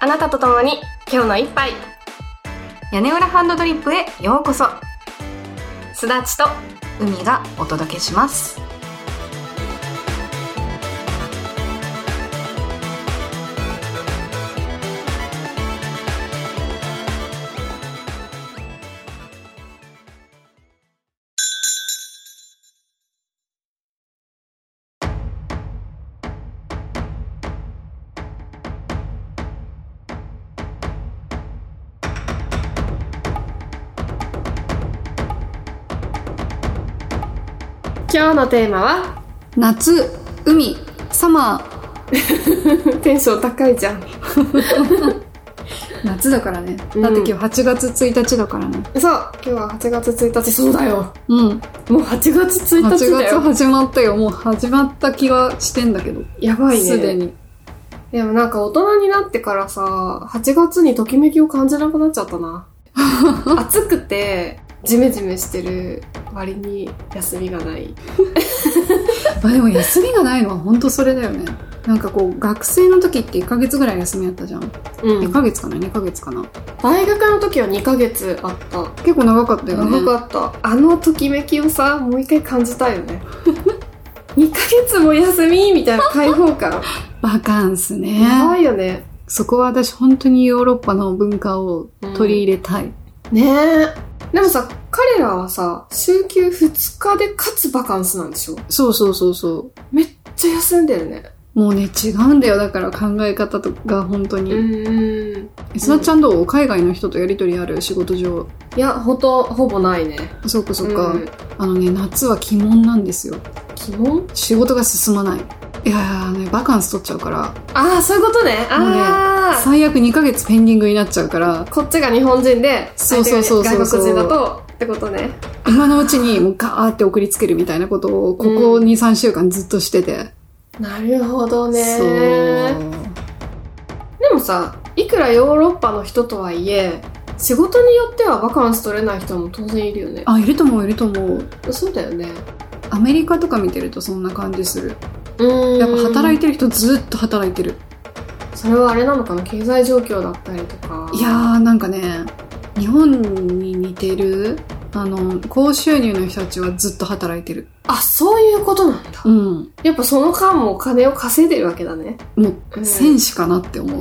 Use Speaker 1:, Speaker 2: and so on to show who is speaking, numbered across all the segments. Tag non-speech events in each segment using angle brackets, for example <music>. Speaker 1: あなたと共に今日の一杯
Speaker 2: 屋根裏ハンドドリップへようこそ
Speaker 1: すだちと
Speaker 2: 海がお届けします
Speaker 1: 今日のテーマは
Speaker 2: 夏海サマー
Speaker 1: テンション高いじゃん
Speaker 2: 夏だからね、
Speaker 1: うん
Speaker 2: だって今日8月1日だからね
Speaker 1: そう今日は8月1日そうだよ
Speaker 2: う
Speaker 1: も
Speaker 2: ん
Speaker 1: う8月1日
Speaker 2: 8
Speaker 1: だ
Speaker 2: 月
Speaker 1: よ
Speaker 2: 始まったよもう始まった気がしてんだけど
Speaker 1: やばいね
Speaker 2: すでに
Speaker 1: でもなんか大人になってからさ8月にときめきを感じなくなっちゃった <laughs> な暑くてジメジメしてる割に休みがない
Speaker 2: まあでも休みがないのは本当それだよねなんかこう学生の時って1ヶ月ぐらい休みあったじゃん、
Speaker 1: う
Speaker 2: 1ヶ月かな2ヶ月かな
Speaker 1: 大学の時は2ヶ月あった
Speaker 2: 結構長かったよね
Speaker 1: 長かった、あのときめきをさもう一回感じたいよ <laughs> ね2ヶ月も休みみたいな開放感
Speaker 2: バカンスね
Speaker 1: やばいよね
Speaker 2: そこは私本当にヨーロッパの文化を取り入れたい、
Speaker 1: ねえでもさ彼らはさ週休2日でかつバカンスなんでしょめっ
Speaker 2: そうそうそうそ
Speaker 1: ちゃ休んでるね
Speaker 2: うもうね違うんだよだから考え方とか本当に、
Speaker 1: うん
Speaker 2: えすなちゃんどう海外の人とやりとりある仕事上
Speaker 1: いやほとほぼないね
Speaker 2: そうかそうか、
Speaker 1: うん
Speaker 2: あのね夏は鬼門なんですよ
Speaker 1: 基本
Speaker 2: 仕事が進まないいやーねバカンス取っちゃうから
Speaker 1: ああそういうことねああ
Speaker 2: 最悪2ヶ月ペンディングになっちゃうから
Speaker 1: こっちが日本人で
Speaker 2: そうそうそう
Speaker 1: 相
Speaker 2: そう
Speaker 1: 手が外国人だとってことね
Speaker 2: 今のうちにもうガーって送りつけるみたいなことをここ
Speaker 1: うん
Speaker 2: 23週間ずっとしてて、
Speaker 1: なるほどね
Speaker 2: そう
Speaker 1: でもさいくらヨーロッパの人とはいえ仕事によってはバカンス取れない人も当然いるよね
Speaker 2: あいると思ういると思う
Speaker 1: そうだよね
Speaker 2: アメリカとか見てるとそんな感じする
Speaker 1: うん
Speaker 2: やっぱ働い
Speaker 1: い
Speaker 2: てる人ずっと働いてる
Speaker 1: それはあれなのかな経済状況だったりとか
Speaker 2: いやーなんかね日本に似てるあの高収入の人たちはずっと働いてる
Speaker 1: あそういうことなんだ
Speaker 2: うん
Speaker 1: やっぱその間もお金を稼いでるわけだね
Speaker 2: も
Speaker 1: う
Speaker 2: うん戦士かなって <laughs> 思う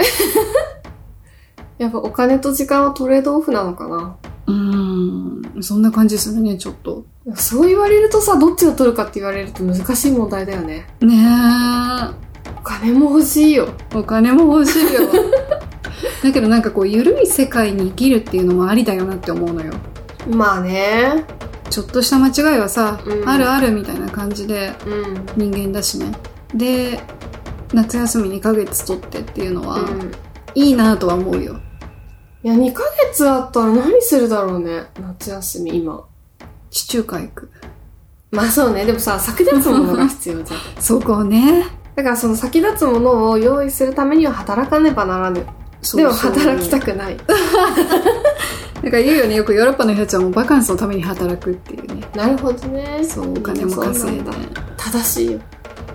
Speaker 1: やっぱお金と時間はトレードオフなのかな
Speaker 2: うんそんな感じするねちょっと
Speaker 1: そう言われるとさどっちを取るかって言われると難しい問題だよね
Speaker 2: ねー
Speaker 1: お金も欲しいよ
Speaker 2: お金も欲しい <laughs> よだけどなんかこう緩い世界に生きるっていうのもありだよなって思うのよ
Speaker 1: まあね
Speaker 2: ちょっとした間違いはさ、
Speaker 1: うん
Speaker 2: あるあるみたいな感じで
Speaker 1: うん
Speaker 2: 人間だしねで夏休み2ヶ月取ってっていうのは、
Speaker 1: うん
Speaker 2: いいなとは思うよ
Speaker 1: いや2ヶ月あったら何するだろうね夏休み今
Speaker 2: 地中海行く
Speaker 1: まあそうねでもさ先立つものが必要 <laughs> じゃん
Speaker 2: そこね
Speaker 1: だからその先立つものを用意するためには働かねばならぬ
Speaker 2: そう
Speaker 1: でも
Speaker 2: そう
Speaker 1: 働きたくない
Speaker 2: なんか言うよねよくヨーロッパの人たちはもうバカンスのために働くっていうね
Speaker 1: なるほどね
Speaker 2: そうお金も稼い
Speaker 1: そう
Speaker 2: で
Speaker 1: なんだ正しいよ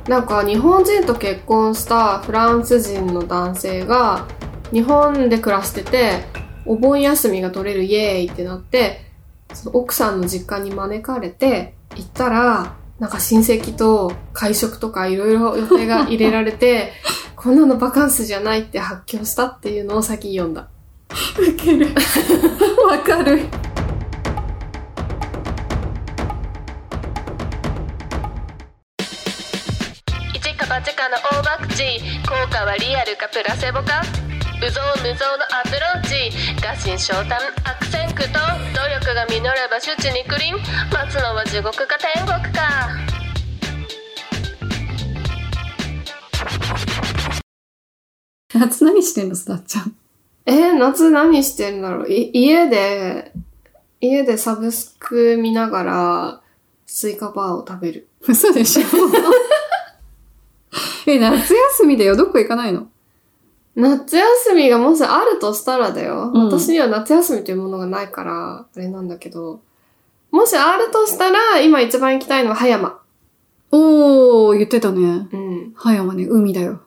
Speaker 1: なんか日本人と結婚したフランス人の男性が日本で暮らしててお盆休みが取れるイエーイってなってその奥さんの実家に招かれて行ったらなんか親戚と会食とかいろいろ予定が入れられて <laughs> こんなのバカンスじゃないって発狂したっていうのを先読んだ
Speaker 2: ウケるわかる
Speaker 3: 一か八かの大ワクチン効果はリアルかプラセボか無造無造のアプローチ合心昇胆悪戦苦闘努力が実れば手地にクリン待つのは地獄か天国か
Speaker 2: 夏何してんのすだっちゃん
Speaker 1: えー夏何してんだろうい家で、家でサブスク見ながら、スイカバーを食べる。
Speaker 2: 嘘でしょえ夏休みだよどこ行かないの
Speaker 1: 夏休みがもしあるとしたらだよ。
Speaker 2: うん
Speaker 1: 私には夏休みというものがないから、あれなんだけど。もしあるとしたら、今一番行きたいのは葉山。
Speaker 2: おー言ってたね
Speaker 1: うん。
Speaker 2: 葉山ね海だよ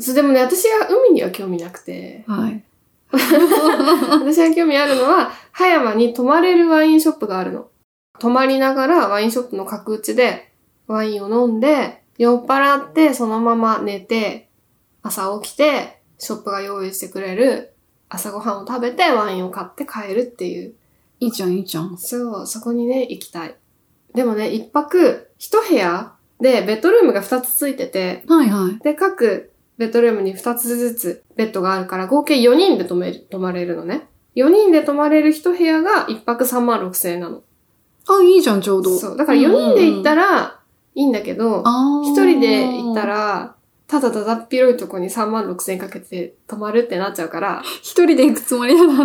Speaker 1: そうでもね、私は海には興味なくて、
Speaker 2: はい。
Speaker 1: 私が興味あるのは、葉山に泊まれるワインショップがあるの。泊まりながらワインショップの角打ちでワインを飲んで、酔っ払ってそのまま寝て、朝起きて、ショップが用意してくれる朝ごはんを食べてワインを買って帰るっていう。
Speaker 2: いいじゃん、いいじゃん。
Speaker 1: そう、そこにね、行きたい。でもね、一泊一部屋でベッドルームが二つついてて、
Speaker 2: はいはい。
Speaker 1: で、各ベッドルームに2つずつベッドがあるから、合計4人で泊める、泊まれるのね。4人で泊まれる1部屋が1泊3万6千円なの。
Speaker 2: あ、いいじゃん、ちょうど。
Speaker 1: そう。だから4人で行ったらいいんだけど、
Speaker 2: あー
Speaker 1: 1人で行った、ら、ただただっ広いとこに3万6千円かけて泊まるってなっちゃうから、
Speaker 2: <laughs> 一人で行くつもりだな。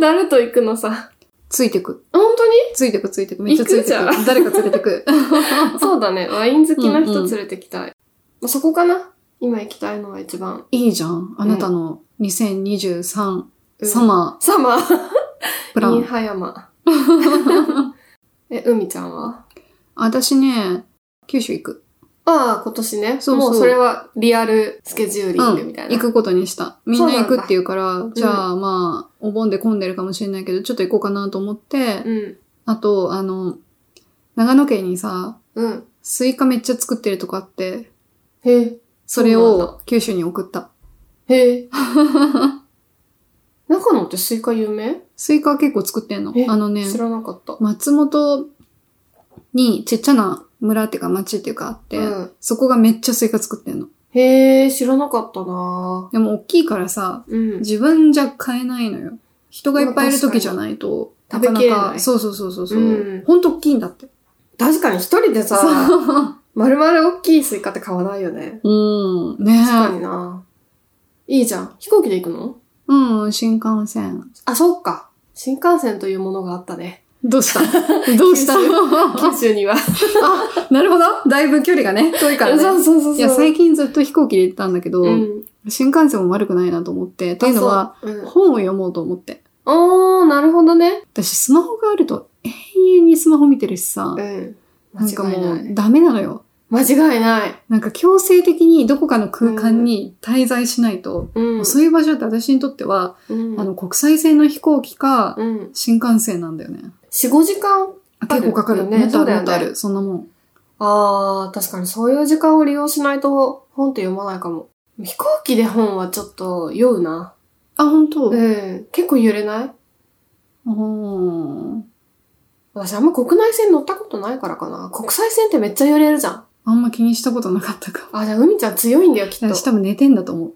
Speaker 1: なると行くのさ。
Speaker 2: ついてく。
Speaker 1: 本当に
Speaker 2: ついてく、ついてく。めっちゃついてく。
Speaker 1: 行くじ
Speaker 2: 誰か連れてく。
Speaker 1: <laughs> そうだね。ワイン好きな人
Speaker 2: うんうん
Speaker 1: 連れてきたい。まあそこかな今行きたいのは一番。
Speaker 2: いいじゃん。あなたの2023
Speaker 1: うん
Speaker 2: サマ
Speaker 1: サマー。
Speaker 2: ープラ
Speaker 1: イン
Speaker 2: ン。
Speaker 1: ハヤマ。 <laughs> え、海ちゃんは
Speaker 2: 私ね、九州行く。
Speaker 1: ああ、今年ね。
Speaker 2: そうそ
Speaker 1: も
Speaker 2: う
Speaker 1: うそれはリアルスケジューリングみたいな。
Speaker 2: 行くことにした。みんな行
Speaker 1: そうなん
Speaker 2: く
Speaker 1: だ
Speaker 2: っていうから、じゃあまあ、お盆で混んでるかもしれないけど、ちょっと行こうかなと思って、
Speaker 1: うん。
Speaker 2: あと、あの、長野県にさ、
Speaker 1: うん。
Speaker 2: スイカめっちゃ作ってるとこあって、
Speaker 1: へえ。
Speaker 2: それ
Speaker 1: そうなん
Speaker 2: を九州に送った。
Speaker 1: へ <laughs> え。中野ってスイカ有名
Speaker 2: スイカ結構作ってんの
Speaker 1: え。
Speaker 2: あのね、
Speaker 1: 知らなかった。
Speaker 2: 松本にちっちゃな村っていうか町っていうかあって、
Speaker 1: うん
Speaker 2: そこがめっちゃスイカ作ってんの。
Speaker 1: へえ、知らなかったなぁ
Speaker 2: でも大きいからさ、
Speaker 1: うん。
Speaker 2: 自分じゃ買えないのよ。人がいっぱいいる時じゃないと、
Speaker 1: まあ確かに食べきれない
Speaker 2: そうそうそうそうそう、
Speaker 1: うん
Speaker 2: ほんと大きいんだって。
Speaker 1: 確かに一人でさ、丸々大きいスイカって買わないよね。
Speaker 2: うん。ね
Speaker 1: 確かになぁいいじゃん。飛行機で行くの
Speaker 2: うん、新幹線。
Speaker 1: あ、そっか。新幹線というものがあった
Speaker 2: <laughs>
Speaker 1: ね。
Speaker 2: どうしたど
Speaker 1: <laughs>
Speaker 2: うした
Speaker 1: 九州には。
Speaker 2: あ、なるほど。だいぶ距離がね、遠いからね。
Speaker 1: そうそうそうそう。
Speaker 2: いや、最近ずっと飛行機で行ったんだけど、
Speaker 1: うん。
Speaker 2: 新幹線も悪くないなと思って、っていうの
Speaker 1: あ、
Speaker 2: は、
Speaker 1: そううん
Speaker 2: 本を読もうと思って。
Speaker 1: おー、なるほどね。
Speaker 2: 私、スマホがあると永遠にスマホ見てるしさ、
Speaker 1: ん。
Speaker 2: なんか
Speaker 1: 間違い
Speaker 2: も
Speaker 1: ないう
Speaker 2: ダメなのよ。
Speaker 1: 間違いない。
Speaker 2: なんか強制的にどこかの空間に滞在しないと、
Speaker 1: うん。
Speaker 2: そういう場所って私にとっては、
Speaker 1: うん
Speaker 2: あの、国際線の飛行機か、
Speaker 1: うん。
Speaker 2: 新幹線なんだよね。
Speaker 1: 4、5時間
Speaker 2: あ結構かか
Speaker 1: あ
Speaker 2: る。
Speaker 1: るよね
Speaker 2: もっとあ
Speaker 1: そう
Speaker 2: る、もっ
Speaker 1: だ
Speaker 2: と
Speaker 1: よ
Speaker 2: あ
Speaker 1: ね
Speaker 2: る。そんなもん。
Speaker 1: あー、確かにそういう時間を利用しないと本って読まないかも。飛行機で本はちょっと酔うな。
Speaker 2: あ、本当
Speaker 1: うん。結構揺れない
Speaker 2: うん。
Speaker 1: 私あんま国内線乗ったことないからかな。国際線ってめっちゃ揺れるじゃん。
Speaker 2: あんま気にしたことなかったか。
Speaker 1: あ、じゃあ海ちゃん強いんだよ、きっと。
Speaker 2: 私多分寝てんだと思う。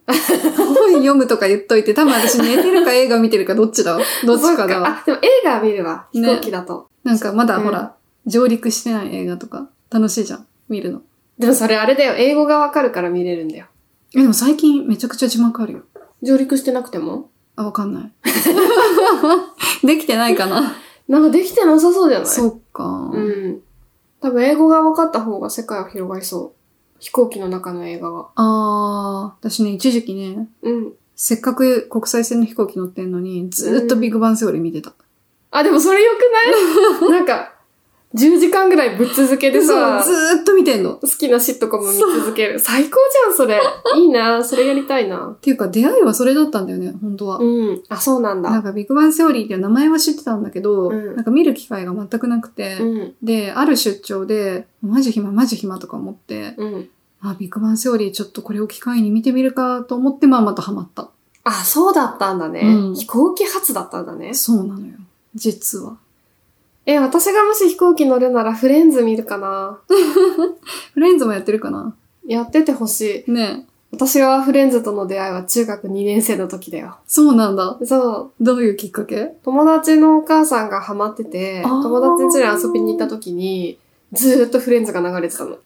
Speaker 2: 本読むとか言っといて、多分私寝てるか映画見てるかどっち
Speaker 1: <laughs>
Speaker 2: だどっちか
Speaker 1: そう
Speaker 2: だ。
Speaker 1: あ、でも映画見るわ。飛
Speaker 2: ね
Speaker 1: 行機だと。
Speaker 2: なんかまだ
Speaker 1: うん
Speaker 2: ほら、上陸してない映画とか楽しいじゃん、見るの。
Speaker 1: でもそれあれだよ。英語がわかるから見れるんだよ。
Speaker 2: えでも最近めちゃくちゃ字幕あるよ。
Speaker 1: 上陸してなくても
Speaker 2: あ、わか
Speaker 1: <laughs>
Speaker 2: んない。できてないかな。
Speaker 1: なんかできてなさそうじゃない
Speaker 2: そっか、
Speaker 1: うん。多分英語が分かった方が世界は広がりそう。飛行機の中の映画が。
Speaker 2: あー、私ね、一時期ね、
Speaker 1: うん。
Speaker 2: せっかく国際線の飛行機乗ってんのに、ずーっとビッグバンセオリー見てた。
Speaker 1: あ、でもそれ良
Speaker 2: <laughs>
Speaker 1: くないなんか、10時間ぐらいぶっ続け
Speaker 2: で
Speaker 1: てさ、
Speaker 2: ずーっと見てんの。っ
Speaker 1: 好きなシットコム見続ける。最高じゃん、そ
Speaker 2: <laughs>
Speaker 1: れ。いいな、それやりたいな。
Speaker 2: ていうか、出会いはそれだったんだよね、本当は。
Speaker 1: うん。あ、そうなん
Speaker 2: なん
Speaker 1: だ。
Speaker 2: かビッグバンセオリーっていう名前は知ってたんだけど、
Speaker 1: うん
Speaker 2: なんか見る機会が全くなくて、
Speaker 1: うん。
Speaker 2: で、ある出張で、マジ暇マジ暇とか思って、
Speaker 1: うん。
Speaker 2: あ、ビッグバンセオリーちょっとこれを機会に見てみるかと思って、まあまたハマった。
Speaker 1: あ、そうだったんだね。
Speaker 2: うん
Speaker 1: 飛行機初だったんだね。
Speaker 2: そうなのよ。実は。
Speaker 1: え、私がもし飛行機乗るならフレンズ見るかな。
Speaker 2: フレンズもやってるかな
Speaker 1: やっててほしい。
Speaker 2: ねえ
Speaker 1: 私はフレンズとの出会いは中学2年生の時だよ。
Speaker 2: そうなんだ。
Speaker 1: そう。
Speaker 2: どういうきっかけ
Speaker 1: 友達のお母さんがハマってて、
Speaker 2: あー
Speaker 1: 友達ん家に遊びに行った時に、ずーっとフレンズが流れてた
Speaker 2: <laughs>
Speaker 1: の。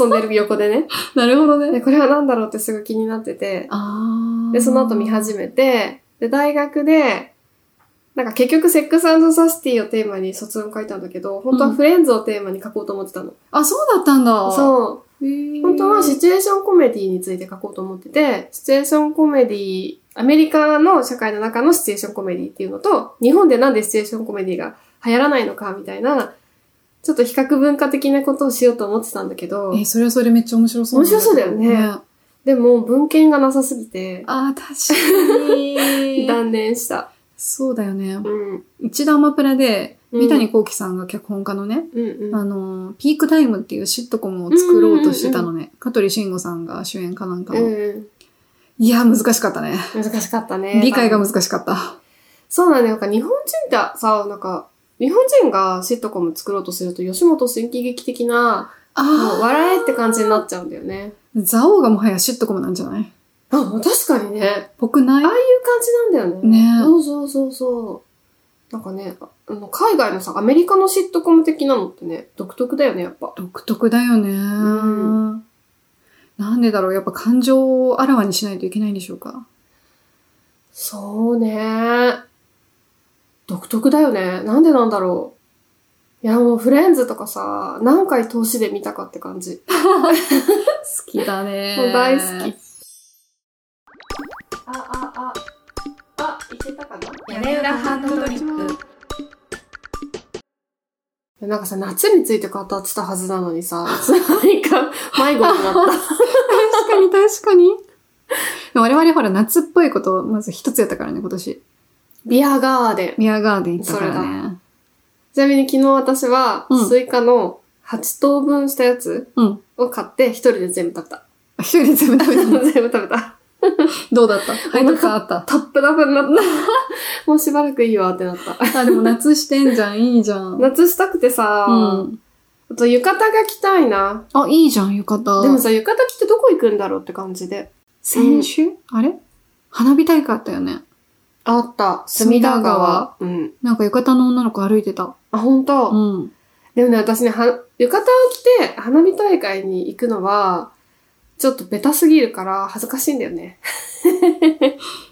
Speaker 1: 遊んでる横でね。
Speaker 2: なるほど
Speaker 1: で、
Speaker 2: ね。
Speaker 1: これは何だろうってすごい気になってて、
Speaker 2: あー
Speaker 1: で、その後見始めて、で、大学で、なんか結局セックスサスティをテーマに卒論書いたんだけど、本当はフレンズをテーマに書こうと思ってたの。
Speaker 2: あ、そうだったんだ。う。
Speaker 1: そう。本当はシ
Speaker 2: っ
Speaker 1: チュエーションコメディについて書こうと思ってて、シチュエーションコメディ、アメリカの社会の中のシチュエーションコメディっていうのと、日本でなんでシチュエーションコメディが流行らないのかみたいなちょっと比較文化的なことをしようと思ってたんだけど、
Speaker 2: え、それはそれめっちゃ面白そう
Speaker 1: 面白そうだよね
Speaker 2: あ
Speaker 1: でも文献がなさすぎて、
Speaker 2: あー、確か
Speaker 1: <laughs>
Speaker 2: に。
Speaker 1: 断念した。
Speaker 2: そうだよね。
Speaker 1: うん。
Speaker 2: 一度アマプラで、
Speaker 1: うん
Speaker 2: 三谷幸喜さんが脚本家のね、
Speaker 1: うんうん。
Speaker 2: あの、ピークタイムっていうシットコムを作ろうとしてたのね。香取慎吾さんが主演かなんかの。
Speaker 1: うん。
Speaker 2: いや、難しかったね。
Speaker 1: 難しかったね。
Speaker 2: 理解が
Speaker 1: 難しい。
Speaker 2: 難しかった。
Speaker 1: そうなんだよ。なんか日本人ってさ、なんか、日本人がシットコム作ろうとすると、吉本新喜劇的な、もう
Speaker 2: あ
Speaker 1: 笑えって感じになっちゃうんだよね。
Speaker 2: あ、ザオがもはやシットコムなんじゃない
Speaker 1: あ、確かにね。ああいう
Speaker 2: ぽくない
Speaker 1: 感じなんだよね。
Speaker 2: ね
Speaker 1: そうそうそうそう。なんかね、あの海外のさ、アメリカのシットコム的なのってね、独特だよね、やっぱ。
Speaker 2: 独特だよね、
Speaker 1: ん
Speaker 2: なんでだろうやっぱ感情をあらわにしないといけないんでしょうか
Speaker 1: そうね。独特だよね。なんでなんだろう。いや、もうフレンズとかさ、何回通しで見たかって感じ。
Speaker 2: 好きだね
Speaker 1: もう大好き。あ、あ、あ、あ、いけたかな
Speaker 3: 屋根裏ハンドドリップ
Speaker 1: なんかさ、夏について語ってたはずなのにさ、いつの間にか迷子にな
Speaker 2: <laughs>
Speaker 1: っ
Speaker 2: 確かに確かにでも我々ほら夏っぽいことをまず一つやったからね今年
Speaker 1: た。ビアガーデン。
Speaker 2: ビアガーデン行ったからね
Speaker 1: ちなみに昨日私は
Speaker 2: う、ん
Speaker 1: スイカの8等分したやつ
Speaker 2: うん
Speaker 1: を買って一人で全部食べた。 <laughs>
Speaker 2: 一人で全部食べたの
Speaker 1: 全部食べた。
Speaker 2: どうだ <laughs> った背徳感あった
Speaker 1: タップダブにな <laughs> った。もうしばらくいいわってなった。
Speaker 2: あでも夏してんじゃんいいじゃん
Speaker 1: 夏したくてさ、
Speaker 2: うん、
Speaker 1: あと浴衣が着たいな。
Speaker 2: あいいじゃん浴衣
Speaker 1: でもさ、浴衣着てどこ行くんだろうって感じで。
Speaker 2: 先週、あれ花火大会あったよね
Speaker 1: あった。
Speaker 2: 隅田川。
Speaker 1: うん。
Speaker 2: なんか浴衣の女の子歩いてた
Speaker 1: あ、本当、
Speaker 2: うん
Speaker 1: でもね、私ね、は浴衣を着て花火大会に行くのは、ちょっとベタすぎるから恥ずかしいんだよね。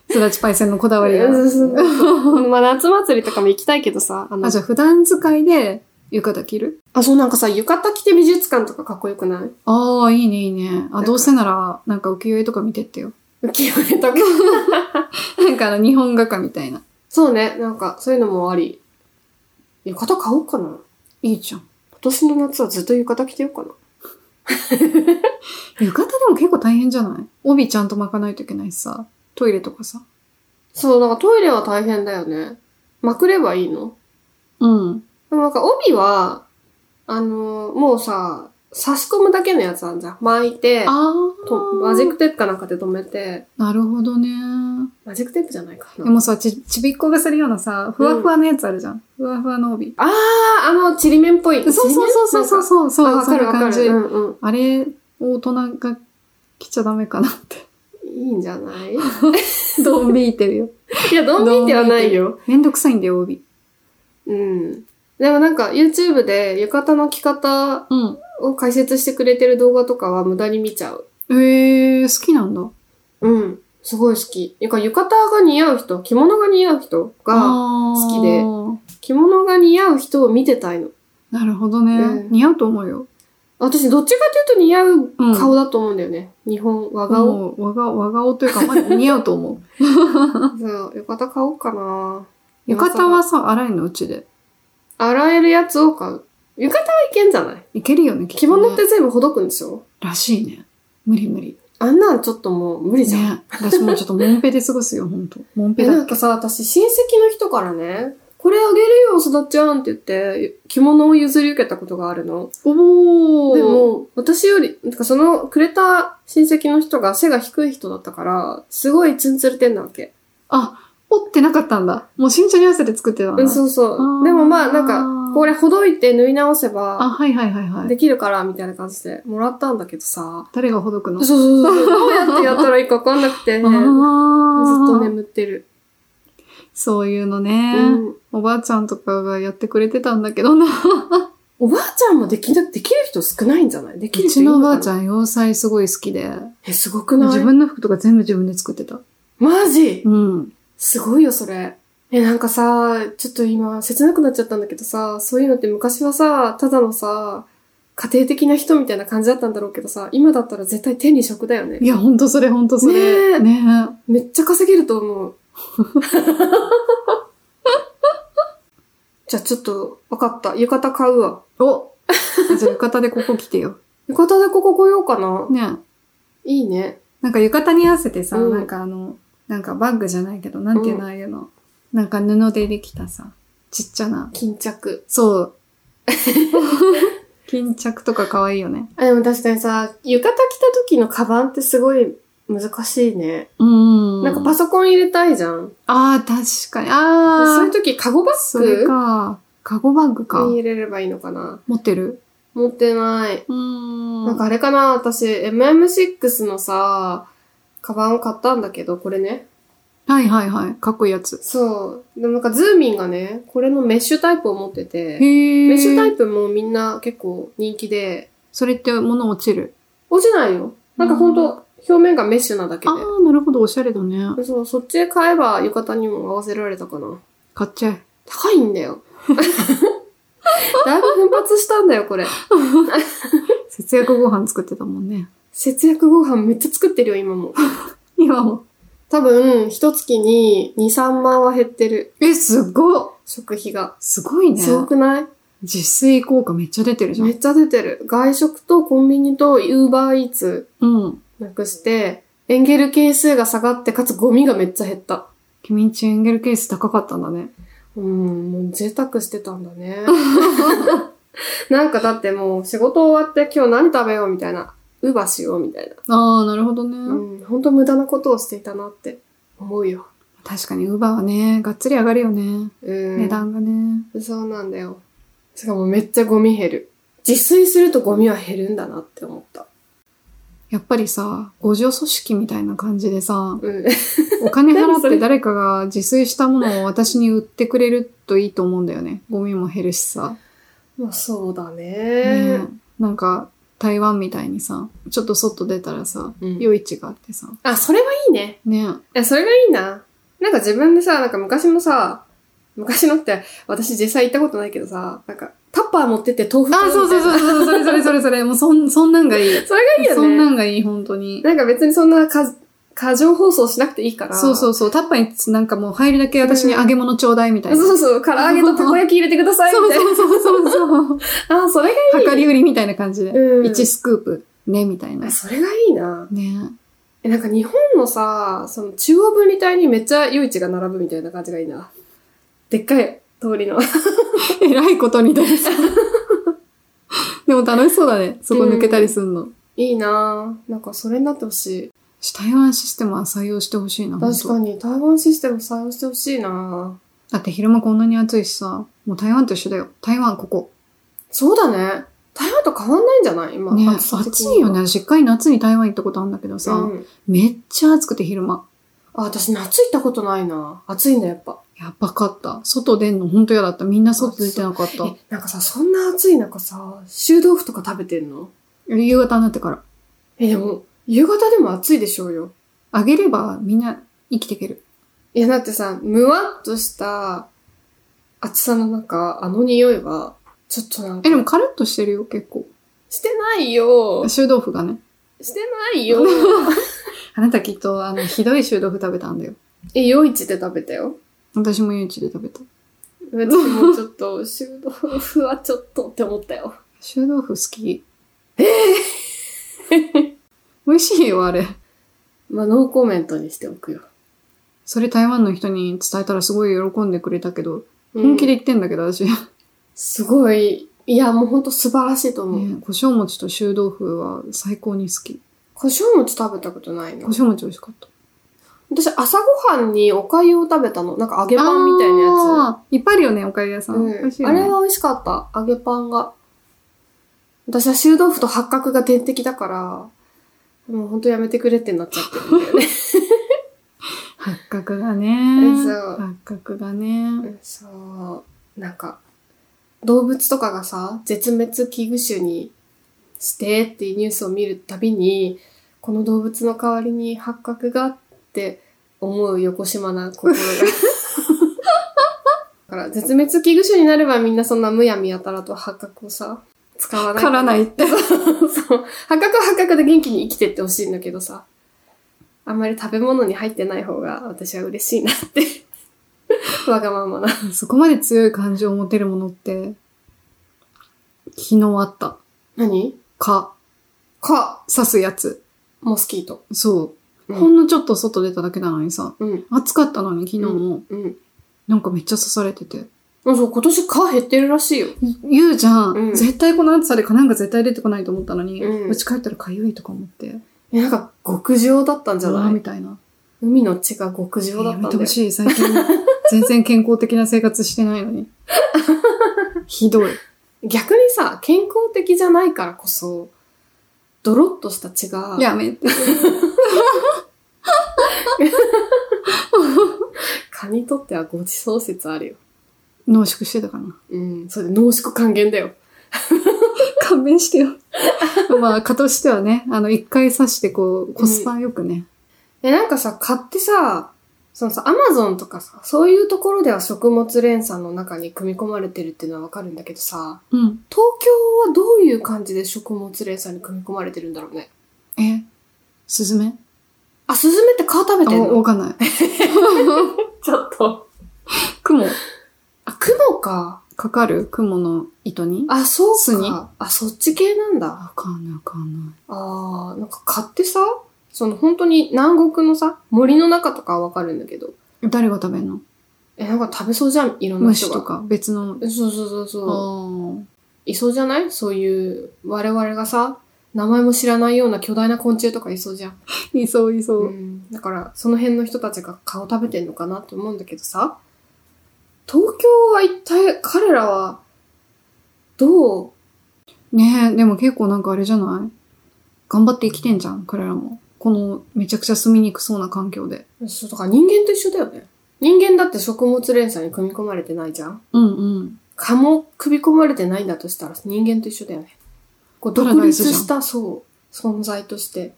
Speaker 2: すだちパイセンのこだわりが。
Speaker 1: <laughs> まあ夏祭りとかも行きたいけどさ、あの
Speaker 2: あ、じゃあ普段使いで浴衣着る
Speaker 1: あ、そうなんかさ、浴衣着て美術館とかかっこよくない
Speaker 2: ああ、いいね、いいね。あ、どうせなら、なんか浮世絵とか見てってよ。
Speaker 1: 浮世絵とか。
Speaker 2: なんかあの日本画家みたいな。
Speaker 1: そうね、なんか、そういうのもあり。浴衣買おうかな。今
Speaker 2: いいじゃん。
Speaker 1: 年の夏はずっと浴衣着てようかな。
Speaker 2: 浴衣でも結構大変じゃない帯ちゃんと巻かないといけないしさ。トイレとかさ。
Speaker 1: そう、なんかトイレは大変だよね。まくればいいの
Speaker 2: うん。
Speaker 1: でもなんか帯は、あのーもうさ、差し込むだけのやつあんじゃん。巻いて、
Speaker 2: あ
Speaker 1: と
Speaker 2: あ。
Speaker 1: マジックテープかなんかで止めて、
Speaker 2: なるほどね。
Speaker 1: マジックテープじゃないか
Speaker 2: で
Speaker 1: な。
Speaker 2: もさ、ち、ちびっこがするようなさ、ふわふわのやつあるじゃん。ふわふわの帯。
Speaker 1: あー、あの、ちりめんっぽい。
Speaker 2: そうそうそうそうそ
Speaker 1: そ
Speaker 2: うそう。そう
Speaker 1: あ、わかるわか
Speaker 2: そ
Speaker 1: る。
Speaker 2: ういうう感じ
Speaker 1: んうん。
Speaker 2: あれ、大人が着ちゃダメかなって。
Speaker 1: いいんじゃないい
Speaker 2: ドン引いてるよ。
Speaker 1: や、ドン引いてはないよ。
Speaker 2: めんどくさいんだよ、帯。
Speaker 1: うん。でもなんか YouTube で浴衣の着方
Speaker 2: うん。
Speaker 1: を解説してくれてる動画とかは無駄に見ちゃう。
Speaker 2: えー、好きなんだ。
Speaker 1: うん。すごい好き。なんか浴衣が似合う人、着物が似合う人が、好きで
Speaker 2: 好き
Speaker 1: 着物が似合う人を見てたいの。
Speaker 2: で。なるほどね。
Speaker 1: うん
Speaker 2: 似合うと思うよ。
Speaker 1: 私どっちかというと似合う顔だと思うんだよね。日本、和顔。
Speaker 2: もう和顔、和顔というか、まあ、似合うと
Speaker 1: <laughs>
Speaker 2: 思う。
Speaker 1: そう、浴衣買おうかな
Speaker 2: 浴衣はさ、洗いのうちで。
Speaker 1: 洗えるやつを買う。浴衣はいけんじゃない
Speaker 2: いけるよね、き
Speaker 1: 着
Speaker 2: とね
Speaker 1: 物って全部ほどくんでしょ
Speaker 2: らしいね。無理無理。
Speaker 1: あんなんちょっともう無理じゃん。
Speaker 2: ね。私もうちょっとモンペで過ごすよ、ほんと。モン
Speaker 1: え、
Speaker 2: ペ
Speaker 1: な
Speaker 2: だっ
Speaker 1: ん
Speaker 2: け
Speaker 1: かさ、私、親戚の人からね、これあげるよ、すだちゃんって言って、着物を譲り受けたことがあるの。
Speaker 2: おー。
Speaker 1: で、も、私より、なんかその、くれた親戚の人が背が低い人だったから、すごいツンツルてんなわけ。
Speaker 2: あ、折ってなかったんだ。もう身長に合わせて作ってたん
Speaker 1: う
Speaker 2: だ
Speaker 1: ん、。そうそ
Speaker 2: あー
Speaker 1: う。でもまあ、なんか、これほどいて縫い直せ
Speaker 2: あ、
Speaker 1: ば、
Speaker 2: はいはいはいはい。
Speaker 1: できるから、みたいな感じで、もらったんだけどさ。
Speaker 2: 誰がほどくの
Speaker 1: そうそうそう。どうやってやったらいいかわかんなくて、
Speaker 2: あ
Speaker 1: ずっ
Speaker 2: ー
Speaker 1: と眠ってる。
Speaker 2: そういうのね、
Speaker 1: うん
Speaker 2: おばあちゃんとかがやってくれてたんだけどな。
Speaker 1: おばあちゃんもできな、できる人少ないんじゃないでき
Speaker 2: う
Speaker 1: る人
Speaker 2: ち
Speaker 1: いる
Speaker 2: のお
Speaker 1: か
Speaker 2: ば
Speaker 1: な
Speaker 2: あちゃん、洋裁すごい好きで、
Speaker 1: え、すごくない
Speaker 2: 自分の服とか全部自分で作ってた。
Speaker 1: マジ
Speaker 2: うん。
Speaker 1: すごいよ、それ。え、なんかさ、ちょっと今、切なくなっちゃったんだけどさ、そういうのって昔はさ、ただのさ、家庭的な人みたいな感じだったんだろうけどさ、今だったら絶対手に職だよね
Speaker 2: い。や、ほんとそれ、ほんとそれ。
Speaker 1: ねえ
Speaker 2: ね
Speaker 1: めっちゃ稼げると思う。 <laughs> じゃあちょっと、わかった。浴衣買うわ。
Speaker 2: おじゃあ浴衣でここ来てよ。
Speaker 1: 浴衣でここ来ようかな。
Speaker 2: ね
Speaker 1: いいね。
Speaker 2: なんか浴衣に合わせてさ、
Speaker 1: うん
Speaker 2: なんかあの、なんかバッグじゃないけど、なんていうの、
Speaker 1: う
Speaker 2: ああいうの。なんか布でできたさ、ちっちゃな。
Speaker 1: 巾着。 <laughs>
Speaker 2: そう。巾着とか可愛いよね。
Speaker 1: あ、でも確かにさ、浴衣着た時のカバンってすごい難しいね。
Speaker 2: うん。
Speaker 1: なんかパソコン入れたいじゃん。
Speaker 2: ああ、確かに。ああ。
Speaker 1: そういう時、カゴバ
Speaker 2: そ
Speaker 1: ッ
Speaker 2: れ
Speaker 1: グ
Speaker 2: か。カゴバッグか
Speaker 1: に。入れればいいのかな。
Speaker 2: 持ってる
Speaker 1: 持ってない。
Speaker 2: うん
Speaker 1: なんかあれかな、私、MM6 のさ、カバンを買ったんだけど、これね。
Speaker 2: はいはいはい。かっこいいやつ。
Speaker 1: そう。でもなんかズーミンがね、これのメッシュタイプを持ってて、
Speaker 2: へえ。
Speaker 1: メッシュタイプもみんな結構人気で、
Speaker 2: それって物落ちる。
Speaker 1: 落ちないよ。なんかほんと、表面がメッシュなだけ
Speaker 2: ああ、なるほど。おしゃれだね。
Speaker 1: で。そう、そっちで買えば浴衣にも合わせられたかな。
Speaker 2: 買っちゃえ。
Speaker 1: 高いんだ
Speaker 2: <laughs>
Speaker 1: よ。だいぶ奮発したんだよ、これ。
Speaker 2: 節約ご飯作ってたもんね。
Speaker 1: 節約ご飯めっちゃ作ってるよ、今も。
Speaker 2: 今も。
Speaker 1: 多分、一月に2、3万は減ってる。
Speaker 2: え、すごっ
Speaker 1: 食費が。
Speaker 2: すごいね。
Speaker 1: すごくない
Speaker 2: 自炊効果めっちゃ出てるじゃ
Speaker 1: め
Speaker 2: ん。
Speaker 1: っちゃ出てる。外食とコンビニとウーバーイーツ
Speaker 2: うん。
Speaker 1: なくして、エンゲル係数が下がって、かつゴミがめっちゃ減った。
Speaker 2: 君んちエンゲルケース高かったんだね。
Speaker 1: うん、もう贅沢してたんだね。なんかだってもう仕事終わって今日何食べようみたいな。ウーバーしようみたいな。
Speaker 2: ああ、なるほどね。
Speaker 1: うん、ほんと無駄なことをしていたなって思うよ。
Speaker 2: 確かに、ウーバーはね、がっつり上がるよね。
Speaker 1: うん。
Speaker 2: 値段がね。
Speaker 1: そうなんだよ。しかもめっちゃゴミ減る。自炊するとゴミは減るんだなって思った。
Speaker 2: やっぱりさ、互助組織みたいな感じで
Speaker 1: う
Speaker 2: さ、
Speaker 1: ん。
Speaker 2: お金払
Speaker 1: 何
Speaker 2: っ
Speaker 1: そ
Speaker 2: て
Speaker 1: れ
Speaker 2: 誰かが自炊したものを私に売ってくれるといいと思うんだよね。ゴミも減るしさ。
Speaker 1: <laughs> まあそうだ
Speaker 2: ね
Speaker 1: ね
Speaker 2: えなんか、台湾みたいにさ、ちょっと外出たらさ、
Speaker 1: うん
Speaker 2: 夜市があってさ、
Speaker 1: あ、それはいいね。
Speaker 2: ね
Speaker 1: いや、それがいいな。なんか自分でさ、なんか昔もさ、昔のって、私実際行ったことないけどさ、なんか、タッパー持ってって豆腐買う
Speaker 2: あ、
Speaker 1: みたいな。
Speaker 2: そうそうそうそう、それそれそれそれ、 <laughs> もうそん、そんなんがいい。
Speaker 1: <laughs> それがいいよね。
Speaker 2: そんなんがいい、本当に。
Speaker 1: なんか別にそんな過過剰放送しなくていいから。
Speaker 2: そうそうそう、タッパーになんかもう入るだけ私に揚げ物ちょうだいみたいな。
Speaker 1: そうそう、唐揚げとたこ焼き入れてくださいみたいな。
Speaker 2: そうそうそうそうそう。
Speaker 1: <laughs> あ、それが
Speaker 2: 量り売りみ <laughs> たいな感じで。
Speaker 1: うん
Speaker 2: 1スクープ、ね、みたいな。
Speaker 1: あ
Speaker 2: ね
Speaker 1: それがいいな。え、なんか日本のさ、その中央分離帯にめっちゃ夜市が並ぶみたいな感じがいいな。でっかい通りの。
Speaker 2: えらいことに対して。でも楽しそうだね。そこ抜けたりすんの。
Speaker 1: いいななんかそれになってほしい。
Speaker 2: 台湾システムは採用してほしいな。
Speaker 1: 確か
Speaker 2: に。
Speaker 1: に台湾システム採用してほしいな
Speaker 2: だって昼間こんなに暑いしさ、もう台湾と一緒だよ。台湾ここ。
Speaker 1: そうだね。台湾と変わんないんじゃない今。
Speaker 2: ね、
Speaker 1: さ的に
Speaker 2: 暑いよね。私一回夏に台湾行ったことあるんだけどさ、
Speaker 1: うん。
Speaker 2: めっちゃ暑くて昼間。
Speaker 1: あ、私夏行ったことないな。暑いんだ、やっぱ。
Speaker 2: やばかった。外出んのほんと嫌だった。みんな外出てなかった。
Speaker 1: え、なんかさ、そんな暑い中さ、臭豆腐とか食べてんの
Speaker 2: 夕方になってから。
Speaker 1: え、でも、夕方でも暑いでしょうよ。
Speaker 2: あげればみんな生きていける。
Speaker 1: いや、だってさ、むわっとした暑さの中、あの匂いは、ちょっとなん
Speaker 2: え、
Speaker 1: か、
Speaker 2: でもカラッとしてるよ、結構。
Speaker 1: してないよ。
Speaker 2: 臭豆腐がね。
Speaker 1: してない <laughs> よ。
Speaker 2: あなたきっと、あの、ひどい臭豆腐食べたんだよ。
Speaker 1: え、夜市で食べたよ。
Speaker 2: 私も夜市で食べた。
Speaker 1: 私もちょっ <laughs> と、臭豆腐はちょっとって思ったよ。
Speaker 2: 臭豆腐好き。ええ美味しいよ、あれ。
Speaker 1: まあ、ノーコメントにしておくよ。
Speaker 2: それ台湾の人に伝えたらすごい喜んでくれたけど、本気で
Speaker 1: うん。
Speaker 2: 言ってんだけど、私。ね、
Speaker 1: すごい、いや、もうほんと素晴らしいと思う。
Speaker 2: 胡椒餅と臭豆腐は最高に好き。
Speaker 1: 胡椒餅食べたことないの
Speaker 2: 胡椒餅美味しかった。
Speaker 1: 私、朝ごはんにお粥を食べたの。なんか揚げパンみたいなや
Speaker 2: あーいっぱいあるよね、おかゆ屋
Speaker 1: つ。
Speaker 2: さん。
Speaker 1: うん
Speaker 2: 美味しいよ
Speaker 1: あ
Speaker 2: ね
Speaker 1: れは美味しかった。揚げパンが。私は臭豆腐と八角が天敵だから、もうほんとやめてくれってなっちゃって
Speaker 2: <laughs>
Speaker 1: るんだよね。
Speaker 2: 八角がね。
Speaker 1: うんそう
Speaker 2: 八角が
Speaker 1: う
Speaker 2: ね。
Speaker 1: んそう。なんか、動物とかがさ、絶滅危惧種にしてっていうニュースを見るたびに、この動物の代わりに八角がって思う横島な心
Speaker 2: <laughs>
Speaker 1: が。だから、絶滅危惧種になればみんなそんなむやみやたらと八角をさ、使わない。
Speaker 2: からないって。
Speaker 1: そう。八角は八角で元気に生きてってほしいんだけどさ。あんまり食べ物に入ってない方が私は嬉しいなって <laughs> わがままな。
Speaker 2: そこまで強い感情を持てるものって、昨日あった。
Speaker 1: 何
Speaker 2: 蚊。
Speaker 1: か、
Speaker 2: 刺すやつ。
Speaker 1: モスキート。
Speaker 2: そう。
Speaker 1: うん
Speaker 2: ほんのちょっと外出ただけなのにさ、
Speaker 1: うん。
Speaker 2: 暑かったのに昨日も、
Speaker 1: うん。
Speaker 2: なんかめっちゃ刺されてて。
Speaker 1: あそう、今年蚊減ってるらしいよ。
Speaker 2: い言うじゃん,、
Speaker 1: うん
Speaker 2: 絶対この暑さで蚊なんか絶対出てこないと思ったのに、
Speaker 1: うん
Speaker 2: うち、帰ったら痒いとか思って。
Speaker 1: え、なんか、極上だったんじゃ
Speaker 2: うわー
Speaker 1: な
Speaker 2: み
Speaker 1: い
Speaker 2: たいな。
Speaker 1: 海の血が極上だっ
Speaker 2: や
Speaker 1: たん
Speaker 2: め
Speaker 1: だ
Speaker 2: て
Speaker 1: よ
Speaker 2: ほ。しい。最近、
Speaker 1: <laughs>
Speaker 2: 全然健康的な生活してないのに。ひどい。
Speaker 1: 逆にさ、健康的じゃないからこそ、ドロッとした血が、
Speaker 2: やめて。
Speaker 1: 蚊にとってはごちそう説あるよ。
Speaker 2: 濃縮してたかな。
Speaker 1: うん、それで濃縮還元だよ。
Speaker 2: 勘
Speaker 1: <laughs>
Speaker 2: 弁してよ。まあ、蚊としてはね、あの、一回刺して、こう、コスパよくね。
Speaker 1: え、なんかさ、蚊ってさ、そのさ、アマゾンとかさ、そういうところでは食物連鎖の中に組み込まれてるっていうのはわかるんだけどさ、
Speaker 2: うん。
Speaker 1: 東京はどういう感じで食物連鎖に組み込まれてるんだろうね。
Speaker 2: えスズメ
Speaker 1: あ、スズメって蚊食べてん
Speaker 2: おわ
Speaker 1: の
Speaker 2: かんない。
Speaker 1: <laughs> ちょっと。
Speaker 2: 雲
Speaker 1: あ、雲か。
Speaker 2: かかる雲の糸に
Speaker 1: あ、そう
Speaker 2: 巣に
Speaker 1: か。あ、そっち系なんだ。
Speaker 2: わかんないわかんない。
Speaker 1: ああ、なんか蚊ってさ、その本当に南国のさ、森の中とかはわかるんだけど、
Speaker 2: 誰が食べんの
Speaker 1: え、なんか食べそうじゃん、いろんな人
Speaker 2: 虫
Speaker 1: が。
Speaker 2: とか別の。
Speaker 1: えそうそうそう
Speaker 2: あ
Speaker 1: そう。
Speaker 2: ー
Speaker 1: いそうじゃないそういう、我々がさ、名前も知らないような巨大な昆虫とかいそうじゃん。
Speaker 2: いそういそうう。
Speaker 1: ん。だから、その辺の人たちが蚊を食べてんのかなって思うんだけどさ、東京は一体彼らは、どう
Speaker 2: ねえ、でも結構なんかあれじゃない頑張って生きてんじゃん、彼らも。このめちゃくちゃ住みにくそうな環境で。
Speaker 1: そう、だから人間と一緒だよね。人間だって食物連鎖に組み込まれてないじゃん
Speaker 2: うんうん。
Speaker 1: 蚊も組み込まれてないんだとしたら人間と一緒だよね。こう
Speaker 2: パラ
Speaker 1: 独
Speaker 2: ダイス
Speaker 1: 立
Speaker 2: じゃん
Speaker 1: した、そう、存在として。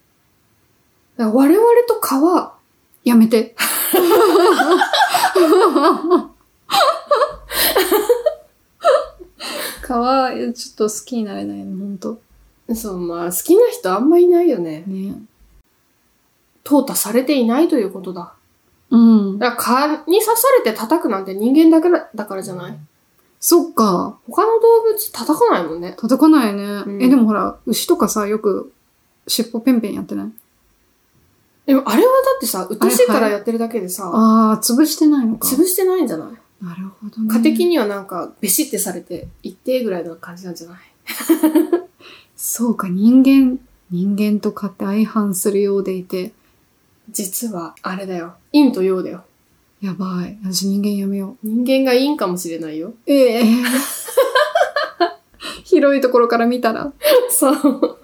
Speaker 1: だから我々と蚊は、
Speaker 2: やめ <laughs> て。蚊はちょっと好きになれないの、ほんと。
Speaker 1: そう、まあ好きな人あんまいないよね。
Speaker 2: ね
Speaker 1: 淘汰されていないということだ。
Speaker 2: うん。
Speaker 1: だから蚊に刺されて叩くなんて人間だけだだからじゃない
Speaker 2: そっか。
Speaker 1: 他の動物叩かないもんね。
Speaker 2: 叩かないね。
Speaker 1: ん
Speaker 2: え、でもほら、牛とかさ、よく尻尾ペンペンやってない
Speaker 1: でもあれはだってさ、鬱陶しいからやってるだけでさ、
Speaker 2: ああ、潰してないのか。
Speaker 1: 潰してないんじゃない
Speaker 2: なるほどね。
Speaker 1: 蚊的にはなんか、ベシってされて、一定ぐらいの感じなんじゃない
Speaker 2: そうか、人間、人間と蚊って相反するようでいて、
Speaker 1: 実は、あれだよ。陰と陽だよ。
Speaker 2: やばい。私人間やめよ
Speaker 1: 人間がいいんかもしれないよ。
Speaker 2: う。ええ <laughs> 広いところから見たら、
Speaker 1: <laughs> そう。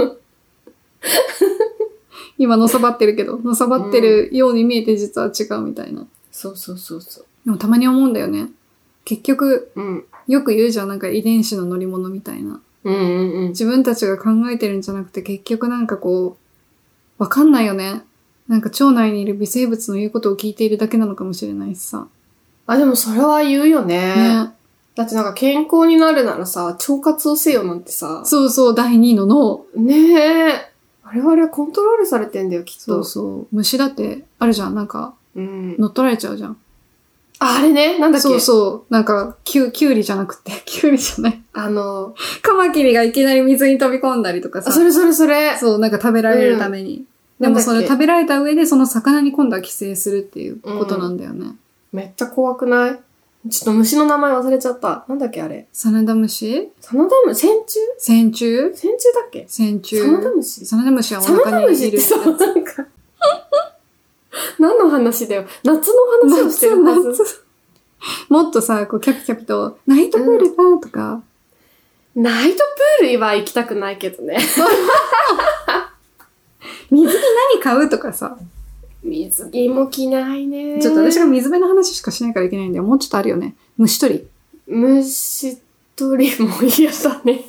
Speaker 2: 今のさばってるけど、のさばってるように見えて実は違うみたいな。
Speaker 1: そうそうそうそ
Speaker 2: でもたまに思うんだよね。結局、
Speaker 1: う。うん。
Speaker 2: よく言うじゃん、なんか遺伝子の乗り物みたいな。
Speaker 1: うんうんうん。
Speaker 2: 自分たちが考えてるんじゃなくて結局なんかこう、わかんないよね。なんか腸内にいる微生物の言うことを聞いているだけなのかもしれないしさ。
Speaker 1: あ、でもそれは言うよね。
Speaker 2: ね。
Speaker 1: だってなんか健康になるならさ、腸活をせよなんてさ。
Speaker 2: そうそう、第2位の脳。
Speaker 1: ねえ。我々はコントロールされてんだよ、きっ
Speaker 2: そ
Speaker 1: と。
Speaker 2: うそう。虫だって、あるじゃん。なんか、
Speaker 1: うん。
Speaker 2: 乗っ取られちゃうじゃん。
Speaker 1: あ、あれね。なんだっけ
Speaker 2: そうそう。なんか、きゅう、きゅうりじゃなくて、 <laughs> きゅうりじゃない。
Speaker 1: あの、
Speaker 2: カマキリがいきなり水に飛び込んだりとか
Speaker 1: あ
Speaker 2: さ。
Speaker 1: それそれそれ。
Speaker 2: そう、なんか食べられるために。でもそ
Speaker 1: なんだっけ
Speaker 2: れ食べられた上で、その魚に今度は寄生するっていうことなんだよね。
Speaker 1: めっちゃ怖くないちょっと虫の名前忘れちゃった。なんだっけ、あれ。
Speaker 2: サナダムシ
Speaker 1: サナダム、線虫
Speaker 2: 線虫
Speaker 1: 線虫だっけ
Speaker 2: 線虫。
Speaker 1: サナダムシ
Speaker 2: サナダムシはお
Speaker 1: サナダ
Speaker 2: 腹
Speaker 1: ム
Speaker 2: に
Speaker 1: シ
Speaker 2: い
Speaker 1: って
Speaker 2: る。
Speaker 1: さ、なんか、何の話だよ。夏の話をしてるはず。
Speaker 2: 夏夏もっとさ、こう、キャピキャピと、ナイトプールだとか、
Speaker 1: ナイトプールは行きたくないけどね。
Speaker 2: 水着何買うとかさ、
Speaker 1: 水着も着ないね。
Speaker 2: ちょっと私が水辺の話しかしないからいけないんだよ。もうちょっとあるよね。虫取り。
Speaker 1: 虫取りも嫌だね。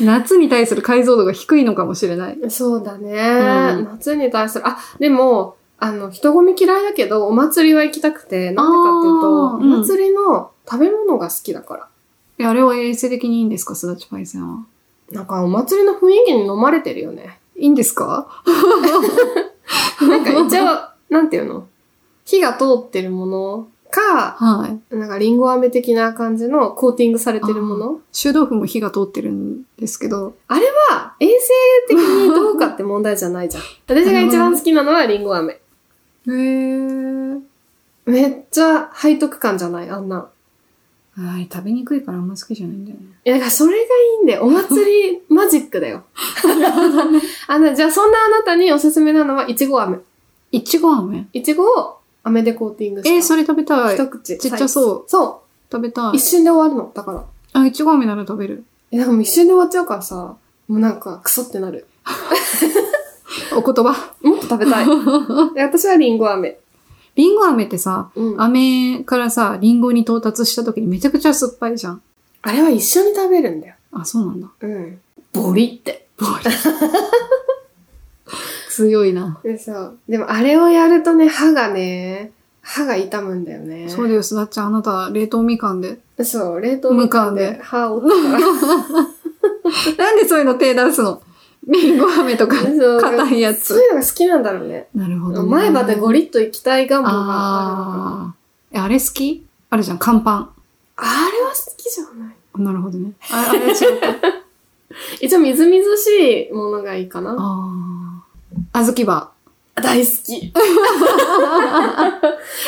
Speaker 2: 夏に対する解像度が低いのかもしれない。
Speaker 1: そうだね、
Speaker 2: ん
Speaker 1: 夏に対する、あ、でも、あの、人混み嫌いだけど、お祭りは行きたくて、なんでかっていうと、
Speaker 2: あーうん
Speaker 1: お祭りの食べ物が好きだから。
Speaker 2: いやあれは衛生的にいいんですか、すだちパイセンは。
Speaker 1: なんか、お祭りの雰囲気に飲まれてるよね。
Speaker 2: いいんですか <laughs>
Speaker 1: なんか、一応、なんていうの火が通ってるものか、
Speaker 2: はい。
Speaker 1: なんかリンゴ飴的な感じのコーティングされてるもの
Speaker 2: 臭豆腐も火が通ってるんですけど、
Speaker 1: は、衛生的にどうかって問題じゃない
Speaker 2: <laughs>
Speaker 1: じゃん。私が一番好きなのはリンゴ飴。
Speaker 2: へー。
Speaker 1: めっちゃ背徳感じゃないあんな。
Speaker 2: はい、食べにくいからあんま好きじゃないんだよね。
Speaker 1: いや、だからそれがいいんだよ。お祭り <laughs> マジックだ
Speaker 2: <laughs>
Speaker 1: よ。あの、じゃあそんなあなたにおすすめなのは、いちご飴。
Speaker 2: いちご飴
Speaker 1: いちごを飴でコーティングした。
Speaker 2: えー、それ食べたい。
Speaker 1: 一口。。
Speaker 2: ちっちゃそう
Speaker 1: そ
Speaker 2: 食べた
Speaker 1: う。
Speaker 2: い
Speaker 1: 一。瞬で終わるの。だから。
Speaker 2: あ、いちご飴なら食べる。
Speaker 1: え、なんかもう一瞬で終わっちゃうからさ、もうなんか、クソってなる。
Speaker 2: お言葉。
Speaker 1: もっと食べ
Speaker 2: <laughs>
Speaker 1: たい。で私はリンゴ飴。
Speaker 2: りんご飴ってさ、
Speaker 1: うん。あ
Speaker 2: 飴からさ、リンゴに到達した時にめちゃくちゃ酸っぱいじゃん。
Speaker 1: れは一緒に食べるんだよ。
Speaker 2: あ、そうなんだ。
Speaker 1: うん。ボリって。
Speaker 2: 強いな。
Speaker 1: でさ、でもあれをやるとね、歯がね、歯が痛むんだよね。
Speaker 2: そうだよ、すだっちゃん。あなた、冷凍みかんで。
Speaker 1: そう、冷凍みかん
Speaker 2: 無感
Speaker 1: で
Speaker 2: で
Speaker 1: 歯を折ったから。
Speaker 2: なんでそういうの手出すのりんご飴とか、
Speaker 1: そう
Speaker 2: <laughs> 硬いや
Speaker 1: そう
Speaker 2: つ。
Speaker 1: いうのが好きなんだろうね。
Speaker 2: なるほど、ね。
Speaker 1: 前歯でゴ
Speaker 2: リ
Speaker 1: リッと行きたい願望があるのかな
Speaker 2: あーえ、あれ好きあるじゃん、乾パン。
Speaker 1: あれは好きじゃない。
Speaker 2: なるほどね。ああれ違うか。
Speaker 1: 一応みずみずしいものがいいかな。
Speaker 2: <laughs> ああ。あずきば。
Speaker 1: 大好
Speaker 2: <laughs>
Speaker 1: き。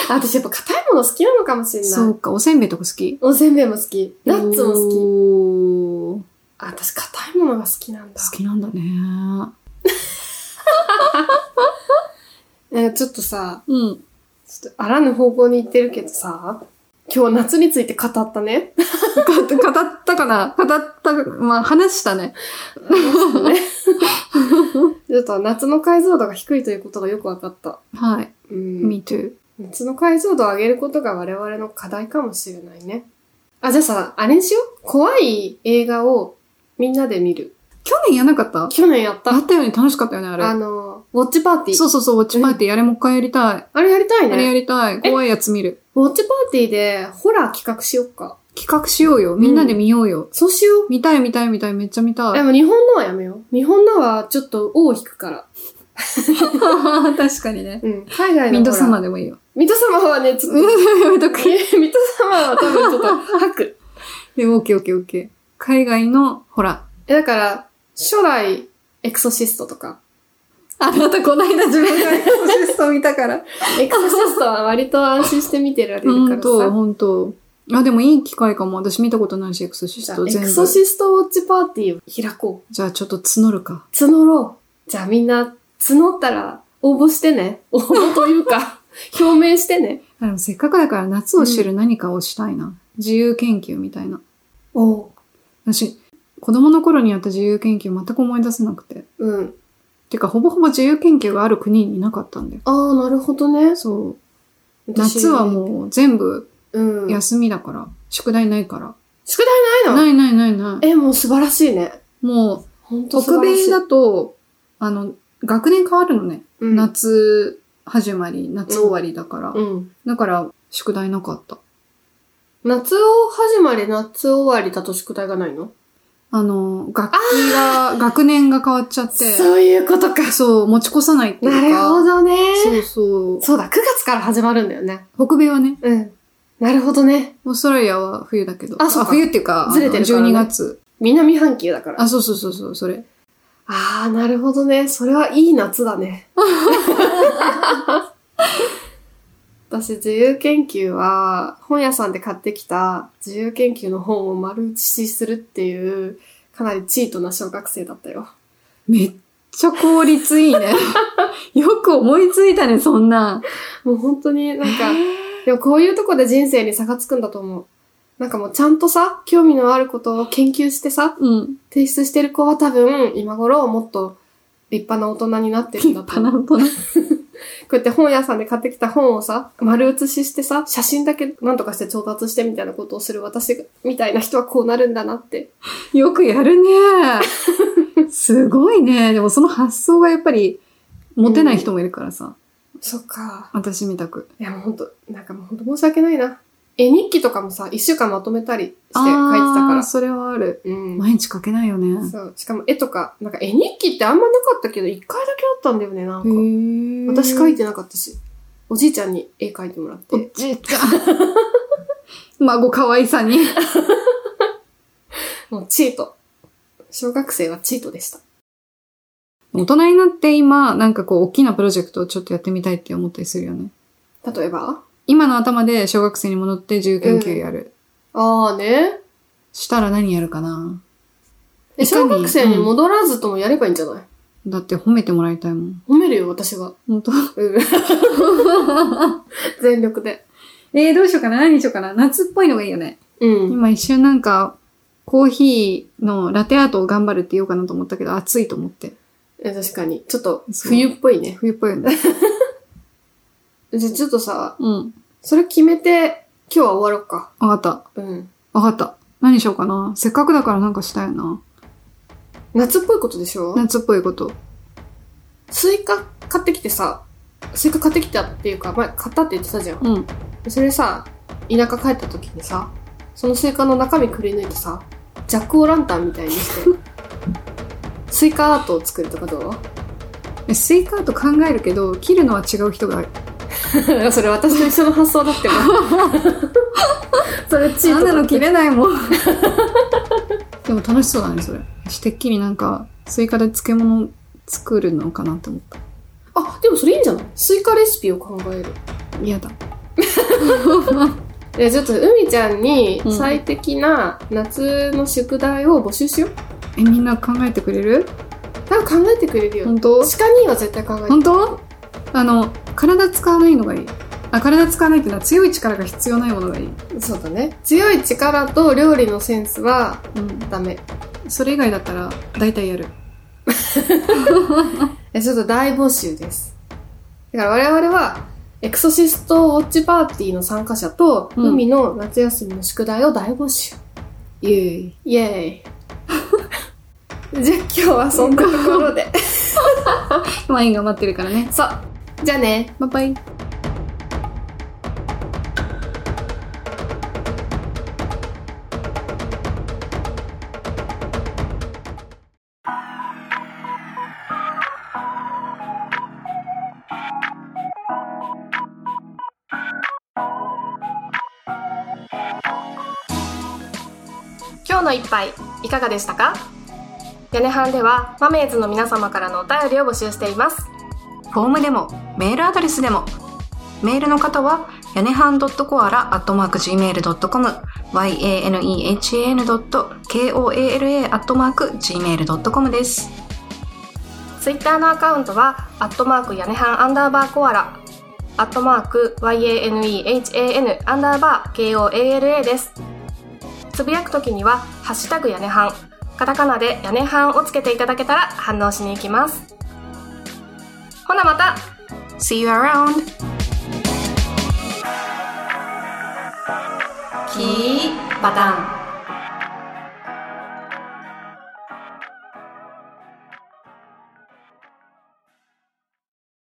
Speaker 1: あ私やっぱ硬いもの好きなのかもしれ
Speaker 2: そ
Speaker 1: な
Speaker 2: う
Speaker 1: い。
Speaker 2: か、おせんべいとか好き。
Speaker 1: おせんべいも好き。ナッツも好き。
Speaker 2: 好き。
Speaker 1: あ、私硬いものが好きなんだ。
Speaker 2: 好きなんだね。
Speaker 1: なんかちょっとさ、
Speaker 2: うん。
Speaker 1: ちょっとあらぬ方向に行ってるけどさ、今日夏について語ったね。
Speaker 2: か語ったかな語った、まあ話したね。
Speaker 1: <laughs> ちょっと夏の解像度が低いということがよく分かった。
Speaker 2: はい。
Speaker 1: うん。
Speaker 2: me too.
Speaker 1: 夏の解像度を上げることが我々の課題かもしれないね。あ、じゃあさ、あれにしよう。怖い映画をみんなで見る。
Speaker 2: 去年やんなかった
Speaker 1: 去年やった。
Speaker 2: あ
Speaker 1: あ
Speaker 2: ったよね。楽しかったよね、あれ。
Speaker 1: の、ウォッチパーティー。
Speaker 2: そうそうそう、ウォッチパーティー。あれもう一回やりたい。
Speaker 1: あれやりたい
Speaker 2: あれや
Speaker 1: ね。
Speaker 2: りたい。怖いやつ見る。
Speaker 1: ウォッチパーティーでホラー企画しよっか。
Speaker 2: 企画しようよ。みんなで見ようよ。
Speaker 1: そうしよう。
Speaker 2: 見たい見たい見たい。めっちゃ見た
Speaker 1: で
Speaker 2: い。
Speaker 1: も日本のはやめよう。日本のはちょっと尾を引くから。
Speaker 2: <laughs> 確かにね。
Speaker 1: うん。海外の
Speaker 2: ミッドサマ
Speaker 1: ー。
Speaker 2: ーでもいいよ。
Speaker 1: ミッドサマーはね、ちょっと。
Speaker 2: <laughs> やめとく。
Speaker 1: え <laughs> ミッドサマーは多分ちょっと吐く。
Speaker 2: で、オッケーオッケーオッケー。海外の、ほら。
Speaker 1: え、だから、初来エクソシストとか。
Speaker 2: あなたこないだ自分がエクソシスト見た
Speaker 1: <laughs>
Speaker 2: から。
Speaker 1: エクソシストは割と安心して見てられるか
Speaker 2: 本
Speaker 1: らさ
Speaker 2: 当。本当あ、でもいい機会かも。私見たことないし、エクソシ
Speaker 1: じ
Speaker 2: ス
Speaker 1: ゃあ
Speaker 2: ト
Speaker 1: エ
Speaker 2: 全部。
Speaker 1: クソシストウォッチパーティーを開こ
Speaker 2: じゃあちょっと募るか。
Speaker 1: う。募ろう。じゃあみんな、募ったら応募してね。応募という <laughs> か、表明してね。
Speaker 2: あの、せっかくだから夏を知る何かをしたいな。自由研究みたいな。
Speaker 1: おう。
Speaker 2: 私、子供の頃にやった自由研究全く思い出せなくて。
Speaker 1: うん。
Speaker 2: てか、ほぼほぼ自由研究がある国にいなかったんだよ。
Speaker 1: ああ、なるほどね。
Speaker 2: そう。夏はもう全部
Speaker 1: う、うん。宿
Speaker 2: 休みだから、宿題ないから。
Speaker 1: 題ないの
Speaker 2: ないないないない。
Speaker 1: え、もう素晴らしいね。
Speaker 2: も
Speaker 1: ほん
Speaker 2: う、
Speaker 1: と素
Speaker 2: 北
Speaker 1: 晴らし
Speaker 2: 米
Speaker 1: い。
Speaker 2: だと、あの、学年変わるのね。
Speaker 1: うん、
Speaker 2: 夏始まり、夏終わりだから。
Speaker 1: うん。
Speaker 2: だから、宿題なかった。
Speaker 1: 夏を始まり、夏終わりだと宿題がないの
Speaker 2: あの、学期が、学年が変わっちゃって、
Speaker 1: そういうことか。
Speaker 2: そう、持ち越さないっていう
Speaker 1: な
Speaker 2: か。
Speaker 1: るほどね。
Speaker 2: そうそう。
Speaker 1: そうだ、9月から始まるんだよね。
Speaker 2: 北米はね、
Speaker 1: うん。なるほどね。
Speaker 2: オーストラリアは冬だけど。
Speaker 1: あそうか
Speaker 2: 冬っていうか、
Speaker 1: ずれてるからね
Speaker 2: あの12月。
Speaker 1: 南半球だから。
Speaker 2: あ、そうそうそうそう、それ。
Speaker 1: ああ、なるほどね。それはいい夏だ <laughs> ね。私、自由研究は、本屋さんで買ってきた自由研究の本を丸写しするっていう、かなりチートな小学生だったよ。
Speaker 2: めっちゃ効率いいね。 <laughs> よく思いついたね、そんな。
Speaker 1: もう本当になんか、でもこういうとこで人生に差がつくんだと思う。なんかもうちゃんとさ、興味のあることを研究してさ、
Speaker 2: うん。
Speaker 1: 提出してる子は多分、今頃もっと立派な大人になってる
Speaker 2: 立
Speaker 1: んだと
Speaker 2: 派
Speaker 1: 思う
Speaker 2: な。大人。
Speaker 1: こうやって本屋さんで買ってきた本をさ、丸写ししてさ、写真だけなんとかして調達してみたいなことをする私みたいな人はこうなるんだなって。
Speaker 2: よくやるね。すごいね。でもその発想がやっぱり、持てない人もいるからさ。
Speaker 1: そっか。
Speaker 2: 私みたく。
Speaker 1: いやもうほんと、なんかもうほんと申し訳ないな。絵日記とかもさ、一週間まとめたりして書いてたか
Speaker 2: あー
Speaker 1: ら。
Speaker 2: それはある。
Speaker 1: うん。
Speaker 2: 毎日書けないよね。
Speaker 1: そう。しかも絵とか、なんか絵日記ってあんまなかったけど、一回だけあったんだよね、なんか。私書い
Speaker 2: て。
Speaker 1: てなかったし。おじいちゃんに絵描いてもらって
Speaker 2: お。じいちゃん。孫可愛さに。
Speaker 1: もうチート。小学生はチートでした。
Speaker 2: 大人になって今、なんかこう、大きなプロジェクトをちょっとやってみたいって思ったりするよね。
Speaker 1: 例えば
Speaker 2: 今の頭で小学生に戻って自由研究やる。
Speaker 1: ああね。
Speaker 2: したら何やるかな
Speaker 1: え
Speaker 2: いか
Speaker 1: 小
Speaker 2: に
Speaker 1: 学生に戻らずともやればいいんじゃない、
Speaker 2: だって褒めてもらいたいもん。
Speaker 1: 褒めるよ、私が。
Speaker 2: 本当
Speaker 1: うん全力で。
Speaker 2: <laughs> えー、どうしようかな何にしようかな夏っぽいのがいいよね。
Speaker 1: うん。
Speaker 2: 今一瞬なんか、コーヒーのラテアートを頑張るって言おうかなと思ったけど、暑いと思って。
Speaker 1: え確かに。ちょっと、
Speaker 2: そう
Speaker 1: 冬っぽいね。
Speaker 2: 冬っぽいよね。
Speaker 1: じゃ、ちょっとさ、
Speaker 2: うん。
Speaker 1: それ決めて、今日は終わろっか。
Speaker 2: わかった。
Speaker 1: うん。
Speaker 2: わかった。何しようかなせっかくだからなんかしたいな。
Speaker 1: 夏っぽいことでしょ
Speaker 2: 夏っぽいこと。
Speaker 1: スイカ買ってきてさ、スイカ買ってきたっていうか、前買ったって言ってたじゃん。
Speaker 2: うん。
Speaker 1: それさ、田舎帰った時にさ、そのスイカの中身くり抜いてさ、ジャックオーランタンみたいにして、 <laughs> スイカアートを作るとかど
Speaker 2: えスイカアート考えるけど、切るのは違う人が
Speaker 1: う <laughs> それ私と一緒の発想だってば。それチー
Speaker 2: あん
Speaker 1: ト
Speaker 2: な
Speaker 1: だっ
Speaker 2: の
Speaker 1: て
Speaker 2: 切れない <laughs> もん。でも楽しそうだね、それ。してっきりなんか、スイカで漬物作るのかなって思った。
Speaker 1: <laughs> あ、でもそれいいんじゃないスイカレシピを考える。
Speaker 2: 嫌 <laughs> だ。
Speaker 1: え、ちょっと、海ちゃんに
Speaker 2: うん
Speaker 1: 最適な夏の宿題を募集しよう。
Speaker 2: え、みんな考えてくれる
Speaker 1: 多分考えてくれるよ。
Speaker 2: 本当
Speaker 1: 鹿には絶対考えて
Speaker 2: 本当あの、体使わないのがいい。あ、体使わないっていうのは強い力が必要ないものがいい。
Speaker 1: そうだね。強い力と料理のセンスは
Speaker 2: うん。
Speaker 1: ダメ。
Speaker 2: それ以外だったら、大体やる。
Speaker 1: え、ちょっと大募集です。だから我々は、エクソシストウォッチパーティーの参加者と、
Speaker 2: うん
Speaker 1: 海の夏休みの宿題を大募集。
Speaker 2: イエーイ。
Speaker 1: イエーイ。じゃあ今日はそんなところで。
Speaker 2: ワインが待ってるからね。
Speaker 1: そう。じゃあね。
Speaker 2: バイバイ。
Speaker 1: 今日の一杯いかがでしたか屋根班ではマメーズの皆様からのお便りを募集しています
Speaker 4: フォームでもメールアドレスでもメールの方はやねはん .coala.gmail.com yanehan.koala.gmail.com です。
Speaker 1: ツイッターのアカウントはアットマーク屋根班アンダーバーコアラアットマーク YANEHAN アンダーバー KOALA ですつぶやくときにはハッシュタグ屋根班カタカナで屋根班をつけていただけたら反応しに行きますほなまた
Speaker 4: See you around! キーパターン